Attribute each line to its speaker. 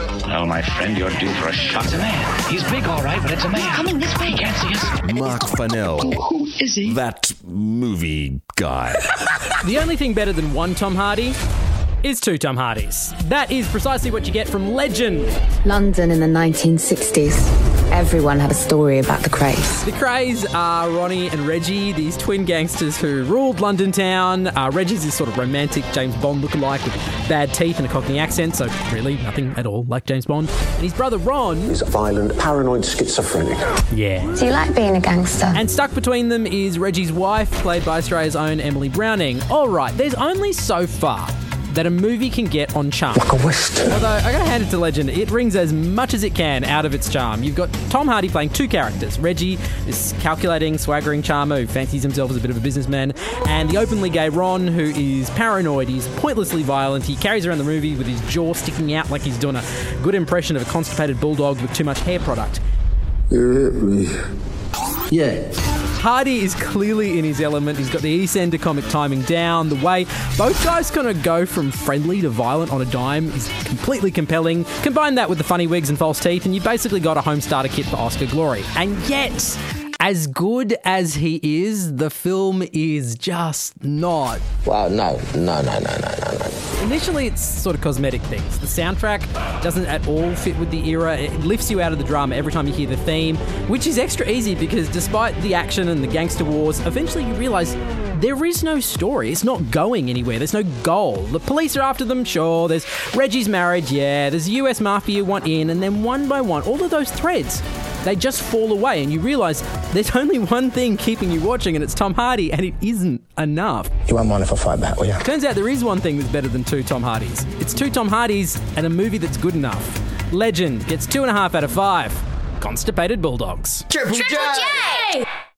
Speaker 1: Well, my friend, you're due for a shot.
Speaker 2: It's a man. He's big, all right, but it's a man. He's coming this way. He can't see us.
Speaker 3: Mark Fennell,
Speaker 2: Who is he?
Speaker 3: that movie guy.
Speaker 4: The only thing better than one Tom Hardy is two Tom Hardys. That is precisely what you get from legend.
Speaker 5: London in the 1960s. Everyone had a story about the craze.
Speaker 4: The Crays are Ronnie and Reggie, these twin gangsters who ruled London town. Uh, Reggie's this sort of romantic James Bond lookalike with bad teeth and a Cockney accent, so really nothing at all like James Bond. And his brother Ron,
Speaker 6: He's a violent, paranoid schizophrenic.
Speaker 4: yeah.
Speaker 7: Do you like being a gangster?
Speaker 4: And stuck between them is Reggie's wife, played by Australia's own Emily Browning. All right, there's only so far that a movie can get on charm.
Speaker 6: Like a Western.
Speaker 4: Although I gotta hand it to Legend, it rings as much as it can out of its charm. You've got Tom Hardy playing two characters: Reggie, this calculating, swaggering charmer who fancies himself as a bit of a businessman, and the openly gay Ron, who is paranoid. He's pointlessly violent. He carries around the movie with his jaw sticking out like he's doing a good impression of a constipated bulldog with too much hair product. Hardy is clearly in his element. He's got the East Ender comic timing down. The way both guys kind of go from friendly to violent on a dime is completely compelling. Combine that with the funny wigs and false teeth, and you basically got a home starter kit for Oscar glory. And yet, as good as he is, the film is just not.
Speaker 8: Well, no, no, no, no, no, no, no.
Speaker 4: Initially, it's sort of cosmetic things. The soundtrack doesn't at all fit with the era. It lifts you out of the drama every time you hear the theme, which is extra easy because despite the action and the gangster wars, eventually you realize there is no story. It's not going anywhere. There's no goal. The police are after them, sure. There's Reggie's marriage, yeah. There's the US mafia you want in, and then one by one, all of those threads they just fall away, and you realize there's only one thing keeping you watching, and it's Tom Hardy, and it isn't enough.
Speaker 6: You won't mind if I fight back, will you?
Speaker 4: Turns out there is one thing that's better than two Tom Hardys. It's two Tom Hardys and a movie that's good enough. Legend gets two and a half out of five. Constipated Bulldogs.
Speaker 7: Triple J!